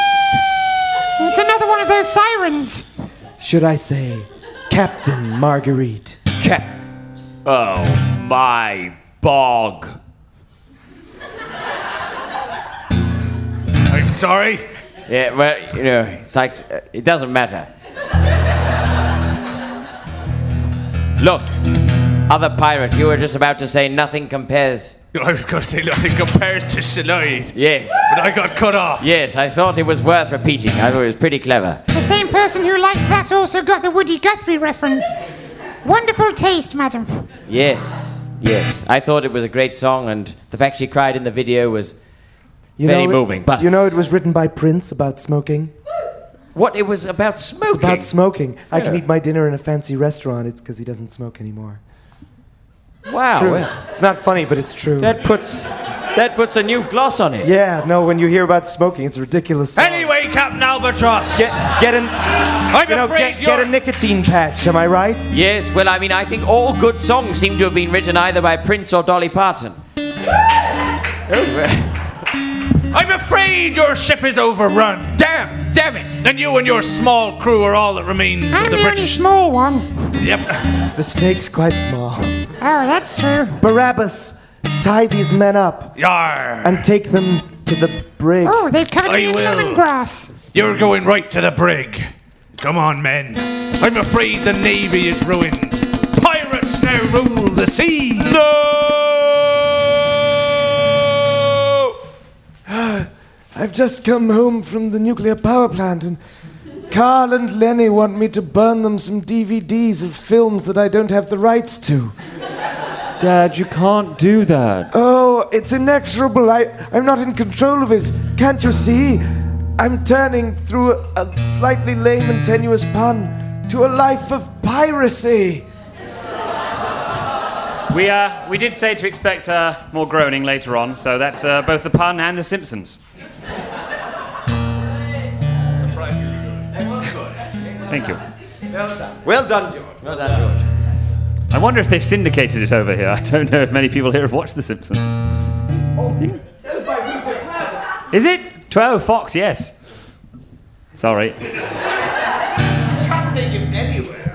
S6: It's another one of those sirens.
S7: should I say, Captain Marguerite?
S2: Cap. Oh my bog.
S15: I'm sorry.
S2: Yeah, well, you know, it's like uh, it doesn't matter. Look, other pirate, you were just about to say nothing compares.
S1: I was going to say, look, it compares to Shaloid.
S2: Yes.
S1: But I got cut off.
S2: Yes, I thought it was worth repeating. I thought it was pretty clever.
S6: The same person who liked that also got the Woody Guthrie reference. Wonderful taste, madam.
S2: Yes, yes. I thought it was a great song, and the fact she cried in the video was
S7: You
S2: very
S7: know it-
S2: moving. But
S7: you know it was written by Prince about smoking.
S2: what it was about smoking.
S7: It's about smoking. I can
S2: Yeah.
S7: eat my dinner in a fancy restaurant. It's because he doesn't smoke anymore.
S2: Wow,
S7: True.
S2: well.
S7: It's not funny, but it's true.
S2: That puts that puts a new gloss on it.
S7: Yeah, no, when you hear about smoking, it's a ridiculous. song.
S1: Anyway, Captain Albatross.
S7: Get, get an.
S1: I'm
S7: you know,
S2: afraid
S7: get, get a nicotine patch. Am I right?
S2: Yes, well, I mean, I think all good songs seem to have been written either by Prince or Dolly Parton.
S1: [laughs] I'm afraid your ship is overrun.
S2: Damn, damn it.
S1: And you and your small crew are all that remains
S6: I'm
S1: of the
S6: the only
S1: British.
S6: small one.
S1: Yep.
S7: The snake's quite small.
S6: Oh, that's true.
S7: Barabbas, tie these men up
S1: Yar.
S7: and take them to the brig.
S6: Oh, they've covered
S1: I
S6: me in
S1: will.
S6: lemongrass.
S1: You're going right to the brig. Come on, men. I'm afraid the navy is ruined. Pirates now rule the sea. No!
S5: [gasps] I've just come home from the nuclear power plant, and Carl and Lenny want me to burn them some DVDs of films that I don't have the rights to.
S8: Dad, you can't do that.
S5: Oh, it's inexorable. I, I'm not in control of it. Can't you see? I'm turning through a, a slightly lame and tenuous pun to a life of piracy.
S9: We, uh, we did say to expect uh, more groaning later on, so that's uh, both the pun and the Simpsons. Thank you.
S3: Well done, George.
S2: Well done, George.
S9: I wonder if they've syndicated it
S8: [laughs]
S9: over here. I don't know if many people here have watched The Simpsons.
S7: Oh,
S9: Is it? 12 Fox, yes. Sorry.
S3: Can't take him anywhere.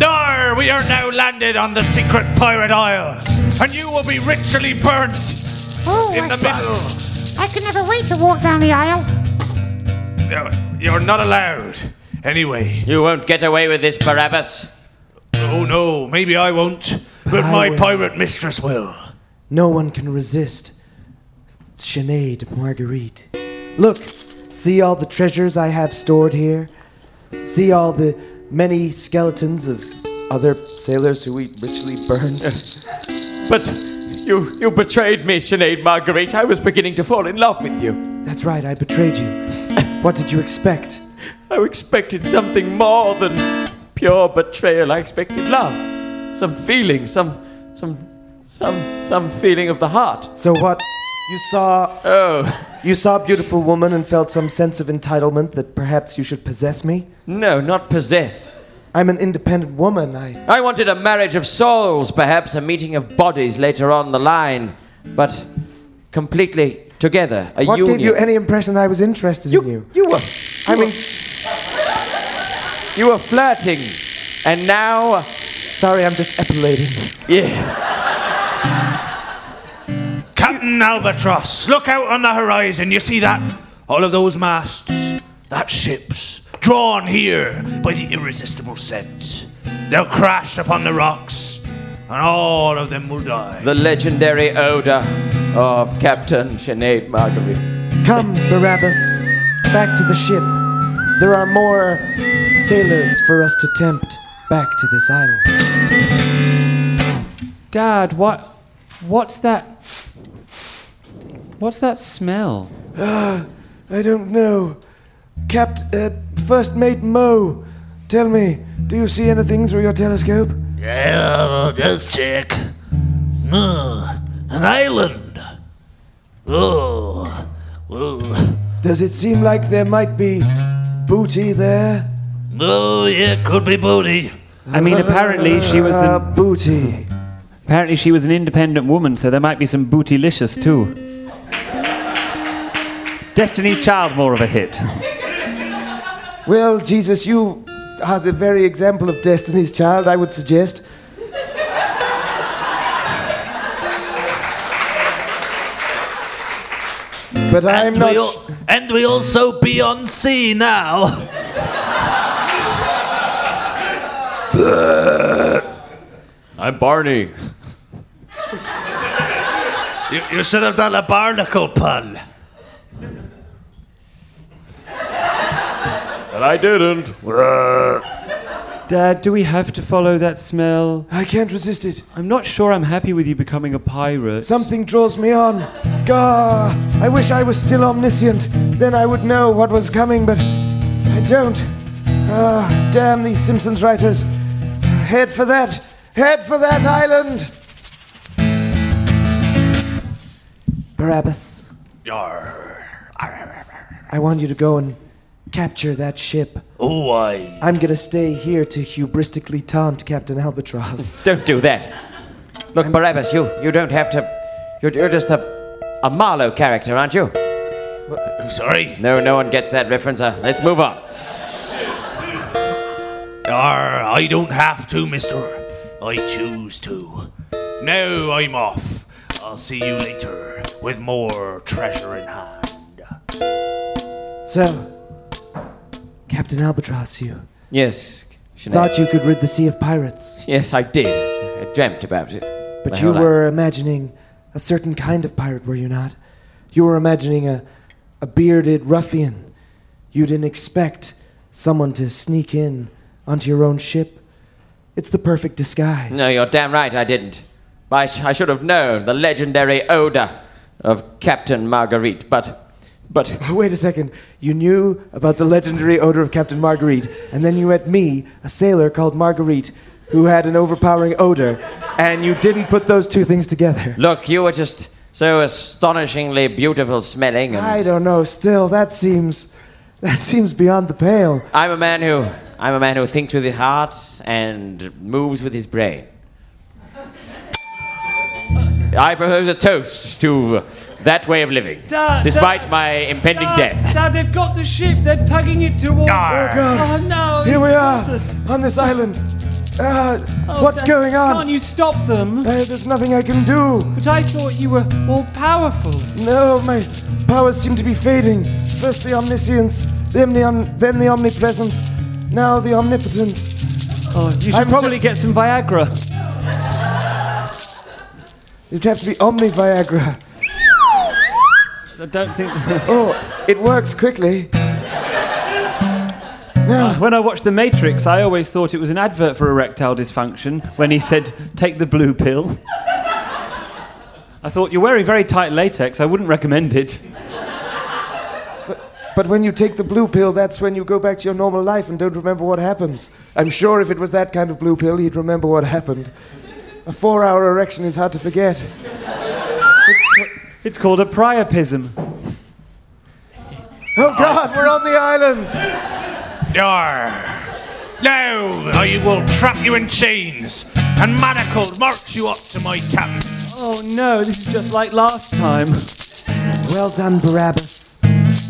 S1: Dar, we are now landed on the secret pirate isle, and you will be ritually burnt
S6: Oh,
S1: in
S6: I,
S1: the middle.
S6: I can never wait to walk down the aisle.
S1: No, You're not allowed. Anyway,
S2: You won't get away with this, Barabbas.
S1: oh no, maybe I won't, but,
S7: I
S1: my
S7: will.
S1: pirate mistress will.
S7: No one can resist Sinead Marguerite. Look, see all the treasures I have stored here? See all the many skeletons of other sailors who we richly
S2: [laughs]
S7: burned?
S2: But you you betrayed me, Sinead Marguerite. I was beginning to fall in love with you.
S7: That's right, I betrayed you. What did you expect?
S2: I expected something more than pure betrayal. I expected love, some feeling, some some some some feeling of the heart.
S7: So what? You saw.
S2: Oh.
S7: You saw a beautiful woman and felt some sense of entitlement that perhaps you should possess me?
S2: No, not possess.
S7: I'm an independent woman. I.
S2: I wanted a marriage of souls, perhaps a meeting of bodies later on the line, but completely together, a
S7: What
S2: union.
S7: gave you any impression I was interested in you?
S2: You were,
S7: I mean,
S2: you were flirting, and now,
S7: sorry, I'm just epilating.
S2: yeah,
S1: Captain Albatross, look out on the horizon. You see that? All of those masts, that ship's drawn here by the irresistible scent. They'll crash upon the rocks, and all of them will die.
S2: the legendary odor of Captain Sinead Marguerite.
S7: Come, Barabbas, back to the ship. There are more sailors for us to tempt back to this island.
S8: Dad, what? What's that? What's that smell?
S7: Ah,
S5: I don't know. Capt. Uh, First Mate Mo, tell me, do you see anything through your telescope?
S15: Yeah, just check. Uh, an island. Oh, oh,
S5: Does it seem like there might be booty there?
S15: oh yeah, could be booty.
S8: I mean, apparently she was
S5: Ah,
S8: an,
S5: booty.
S8: apparently she was an independent woman, so there might be some bootylicious too. Destiny's Child, more of a hit.
S5: Well, Jesus, you are the very example of Destiny's Child, I would suggest. but I'm
S15: and
S5: not.
S15: We al- and we also be on sea now.
S2: I'm Barney.
S15: You, you should have done a barnacle pun.
S8: And I didn't. Dad, do we have to follow that smell?
S7: I can't resist it.
S8: I'm not sure I'm happy with you becoming a pirate.
S7: Something draws me on. Gah! I wish I was still omniscient. Then I would know what was coming, but I don't. Ah, damn these Simpsons writers. Head for that! Head for that island! Barabbas, I want you to go and capture that ship.
S15: Oh, I.
S7: I'm gonna stay here to hubristically taunt Captain Albatross.
S2: Don't do that. Look, Barabbas, you, you don't have to. You're, you're just a, a Marlowe character, aren't you?
S15: I'm sorry.
S2: No, no one gets that reference. Uh, let's move on.
S15: Arr, I don't have to, mister. I choose to. Now I'm off. I'll see you later with more treasure in hand.
S7: So, Captain Albatross, you
S2: Yes. Sinead.
S7: thought you could rid the sea of pirates,
S2: Yes, I did. I dreamt about it.
S7: but
S2: My
S7: you
S2: whole life.
S7: were imagining a certain kind of pirate, were you not? You were imagining a, a bearded ruffian. You didn't expect someone to sneak in onto your own ship. It's the perfect disguise.
S2: No, you're damn right I didn't. I, sh- I should have known the legendary odor of Captain Marguerite, but. But.
S7: [laughs] Wait a second. You knew about the legendary odor of Captain Marguerite, and then you met me, a sailor called Marguerite, who had an overpowering odor, and you didn't put those two things together.
S2: Look, you were just so astonishingly beautiful smelling, and
S7: I don't know. Still, that seems that seems beyond the pale.
S2: I'm a man who. I'm a man who thinks with his heart and moves with his brain. I propose a toast to that way of living,
S8: Da-
S2: despite
S8: da-
S2: my impending death.
S8: Dad, they've got the ship. They're tugging it towards.
S7: Oh, God.
S8: Oh no!
S7: Here
S8: it's
S7: we are
S8: towards us.
S7: on this island. Uh,
S8: Oh,
S7: what's
S8: Dad,
S7: going on?
S8: Can't you stop them?
S7: Uh, there's nothing I can do.
S8: But I thought you were all powerful.
S7: No, my powers seem to be fading. First the omniscience, then the, om- then the omnipresence, now the omnipotence.
S8: Oh, you should
S7: I'm
S8: probably
S7: just-
S8: get some Viagra.
S7: It'd have to be omni Viagra.
S8: I don't think. [laughs]
S7: Oh, it works quickly. No,
S8: Uh, when I watched The Matrix, I always thought it was an advert for erectile dysfunction when he said, "Take the blue pill." [laughs] I thought you're wearing very tight latex. I wouldn't recommend it.
S7: but when you take the blue pill, that's when you go back to your normal life and don't remember what happens. I'm sure if it was that kind of blue pill, he'd remember what happened. A four hour erection is hard to forget.
S8: It's called a priapism.
S7: Oh, God, we're on the island!
S15: Arr. Now I will trap you in chains and manacled march you up to my cabin.
S8: Oh no, this is just like last time.
S7: Well done, Barabbas.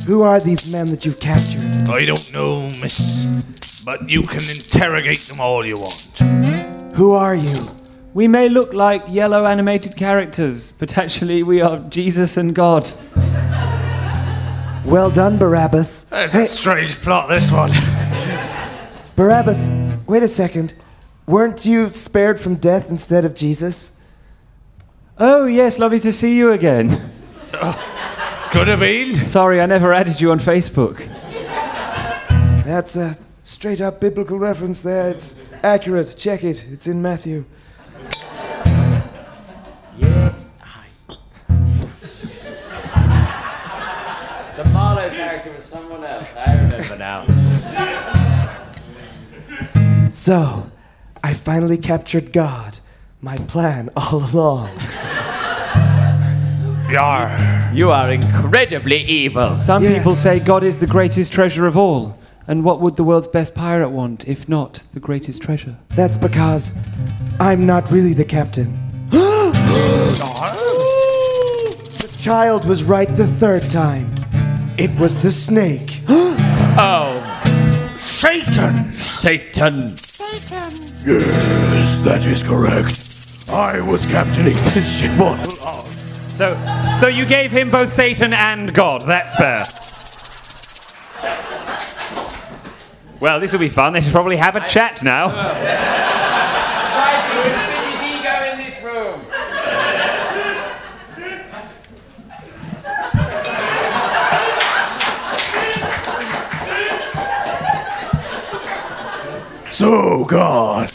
S7: Who are these men that you've captured?
S15: I don't know, miss, but you can interrogate them all you want.
S7: Who are you?
S8: We may look like yellow animated characters, but actually we are Jesus and God.
S7: Well done, Barabbas.
S15: That's a strange plot, this one. [laughs]
S7: Barabbas, wait a second. Weren't you spared from death instead of Jesus?
S8: Oh yes, lovely to see you again.
S15: Could have been.
S8: Sorry, I never added you on Facebook.
S7: That's a straight up biblical reference there. It's accurate. Check it. It's in Matthew.
S2: The Marlowe character was someone else. I remember now.
S7: So, I finally captured God. My plan all [laughs] along.
S15: Yar.
S2: You are incredibly evil.
S8: Some
S7: Yes.
S15: [gasps]
S8: people say God is the greatest treasure of all. And what would the world's best pirate want if not the greatest treasure?
S7: That's because I'm not really the captain. [gasps] the child was right the third time. It was the snake.
S15: Satan!
S2: Oh. Satan.
S15: Yes, that is correct. I was captaining this ship all along.
S9: So, so you gave him both Satan and God. That's fair. Well, this will be fun. They should probably have a chat now.
S2: Christ, you would fit his ego in this room.
S14: God,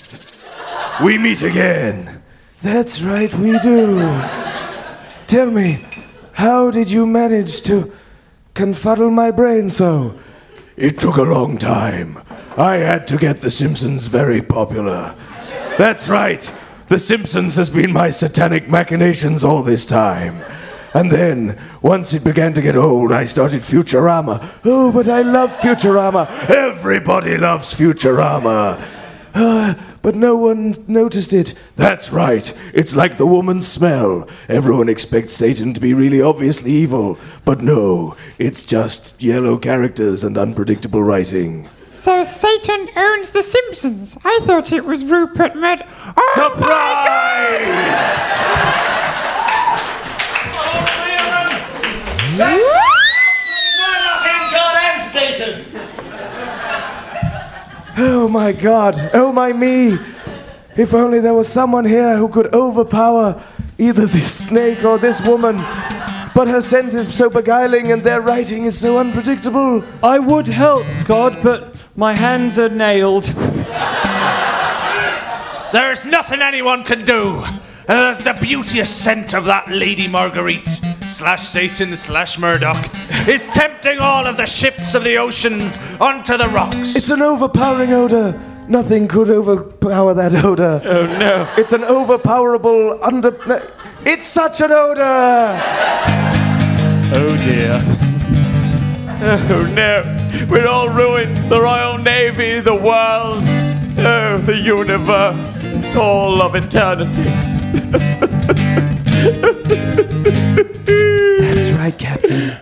S14: we meet again.
S7: That's right, we do. Tell me, how did you manage to confuddle my brain so?
S14: It took a long time. I had to get The Simpsons very popular. That's right. The Simpsons has been my satanic machinations all this time. And then, once it began to get old, I started Futurama.
S7: Oh, but I love Futurama.
S14: Everybody loves Futurama. Ah,
S7: Uh, but no one noticed it.
S14: That's right. It's like the woman's smell. Everyone expects Satan to be really obviously evil, but no, it's just yellow characters and unpredictable writing.
S6: So Satan owns The Simpsons. I thought it was Rupert Murd. Oh
S16: Surprise!
S7: Oh my god, oh my me! If only there was someone here who could overpower either this snake or this woman. But her scent is so beguiling and their writing is so unpredictable.
S8: I would help, God, but my hands are nailed.
S1: There's nothing anyone can do. Uh, the beauteous scent of that Lady Marguerite, slash Satan, slash Murdoch, is tempting all of the ships of the oceans onto the rocks.
S7: It's an overpowering odor. Nothing could overpower that odor.
S8: Oh no.
S7: It's an overpowerable under. no, It's such an odor!
S1: Oh dear.
S10: Oh no, we're all ruined. The Royal Navy, the world, oh, the universe, all of eternity.
S17: That's right, Captain.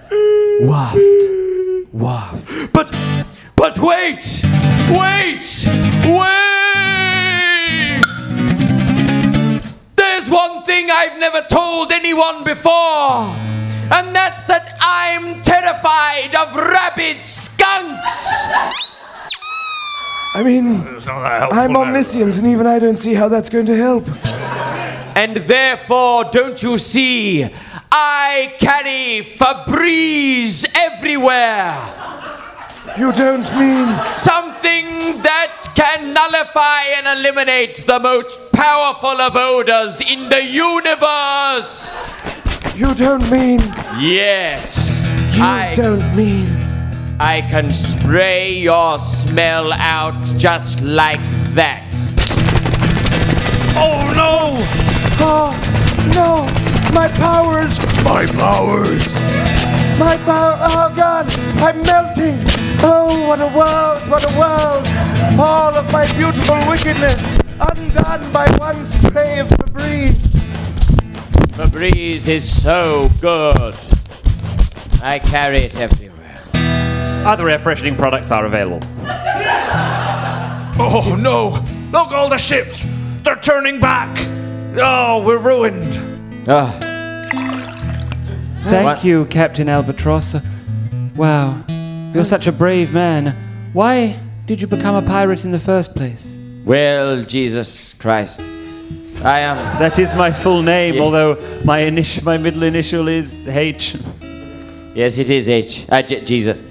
S17: Waft. Waft.
S10: But, but wait, wait, wait! There's one thing I've never told anyone before, and that's that I'm terrified of rabid skunks.
S7: I mean, I'm omniscient and even I don't see how that's going to help.
S10: And therefore, don't you see, I carry Febreze everywhere.
S7: You don't mean.
S10: Something that can nullify and eliminate the most powerful of odors in the universe.
S7: You don't mean.
S10: Yes.
S7: You
S10: I
S7: don't mean.
S10: I can spray your smell out just like that.
S1: Oh no!
S7: Oh, no! My powers!
S14: My powers!
S7: My power! Oh god! I'm melting! Oh, what a world! What a world! All of my beautiful wickedness undone by one spray of Febreze!
S10: Febreze is
S9: Oh,
S10: so good. I carry it everywhere.
S9: Other air freshening products are available.
S1: Oh no! Look, all the ships! They're turning back! Oh, we're ruined!
S8: Thank
S1: What?
S8: you, Captain Albatross. Wow, you're such a brave man. Why did you become a pirate in the first place?
S2: Well, Jesus Christ. I am.
S8: That is my full name, although my initial, my middle initial is H.
S2: Yes, it is H. Uh, J- Jesus.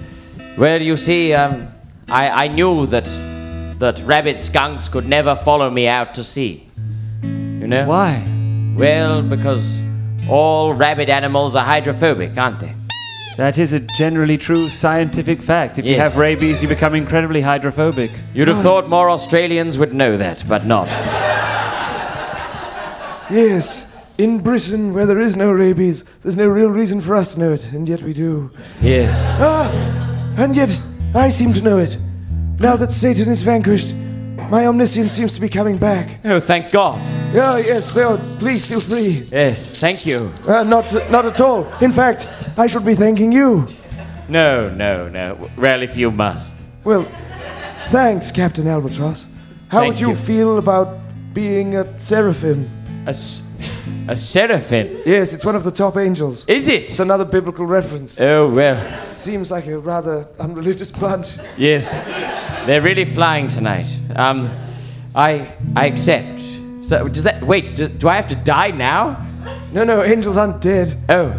S2: Well, you see, um, I, I knew that that rabid skunks could never follow me out to sea. You know
S8: why?
S2: Well, because all rabid animals are hydrophobic, aren't they?
S8: That is a generally true scientific fact. If you
S2: Yes.
S8: have rabies, you become incredibly hydrophobic.
S2: You'd
S7: Ah,
S2: have thought more Australians would know that, but not.
S7: Yes, in Britain, where there is no rabies, there's no real reason for us to know it, and yet we do.
S2: Yes.
S7: Ah, and yet I seem to know it. Now that Satan is vanquished, my omniscience seems to be coming back.
S2: Oh, thank God.
S7: Oh, yes, well, please feel free.
S2: Yes, thank you.
S7: Uh, not, not at all. In fact, I should be thanking you.
S2: No, no, no. Well, if you must.
S7: Well, thanks, Captain Albatross. How
S2: Thank
S7: would you,
S2: you.
S7: feel about being a seraphim?
S2: A, s- a seraphim?
S7: Yes, it's one of the top angels.
S2: Is it?
S7: It's another biblical reference.
S2: Oh, well,
S7: Seems like a rather unreligious bunch.
S2: yes. They're really flying tonight. Um, I, I accept. So, does that, wait, do, do I have to die now?
S7: No, no, angels aren't dead.
S2: Oh.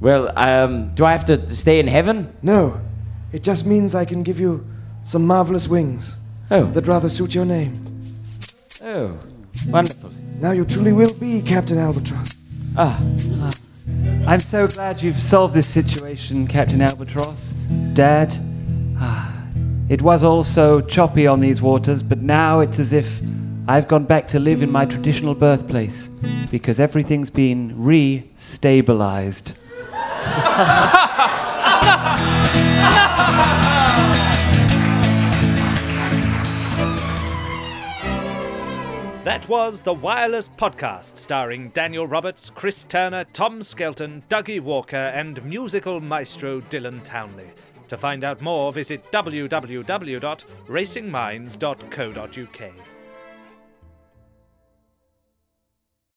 S2: Well, um, do I have to stay in heaven?
S7: No, it just means I can give you some marvelous wings. Oh. That rather suit your name.
S10: Oh, wonderful.
S7: Now you truly will be Captain Albatross.
S8: Ah, ah. I'm so glad you've solved this situation, Captain Albatross. Dad, ah, it was all so choppy on these waters, but now it's as if I've gone back to live in my traditional birthplace because everything's been re stabilized.
S1: [laughs]
S12: That was the Wireless Podcast, starring Daniel Roberts, Chris Turner, Tom Skelton, Dougie Walker, and musical maestro Dylan Townley. To find out more, visit www.racingminds.co.uk.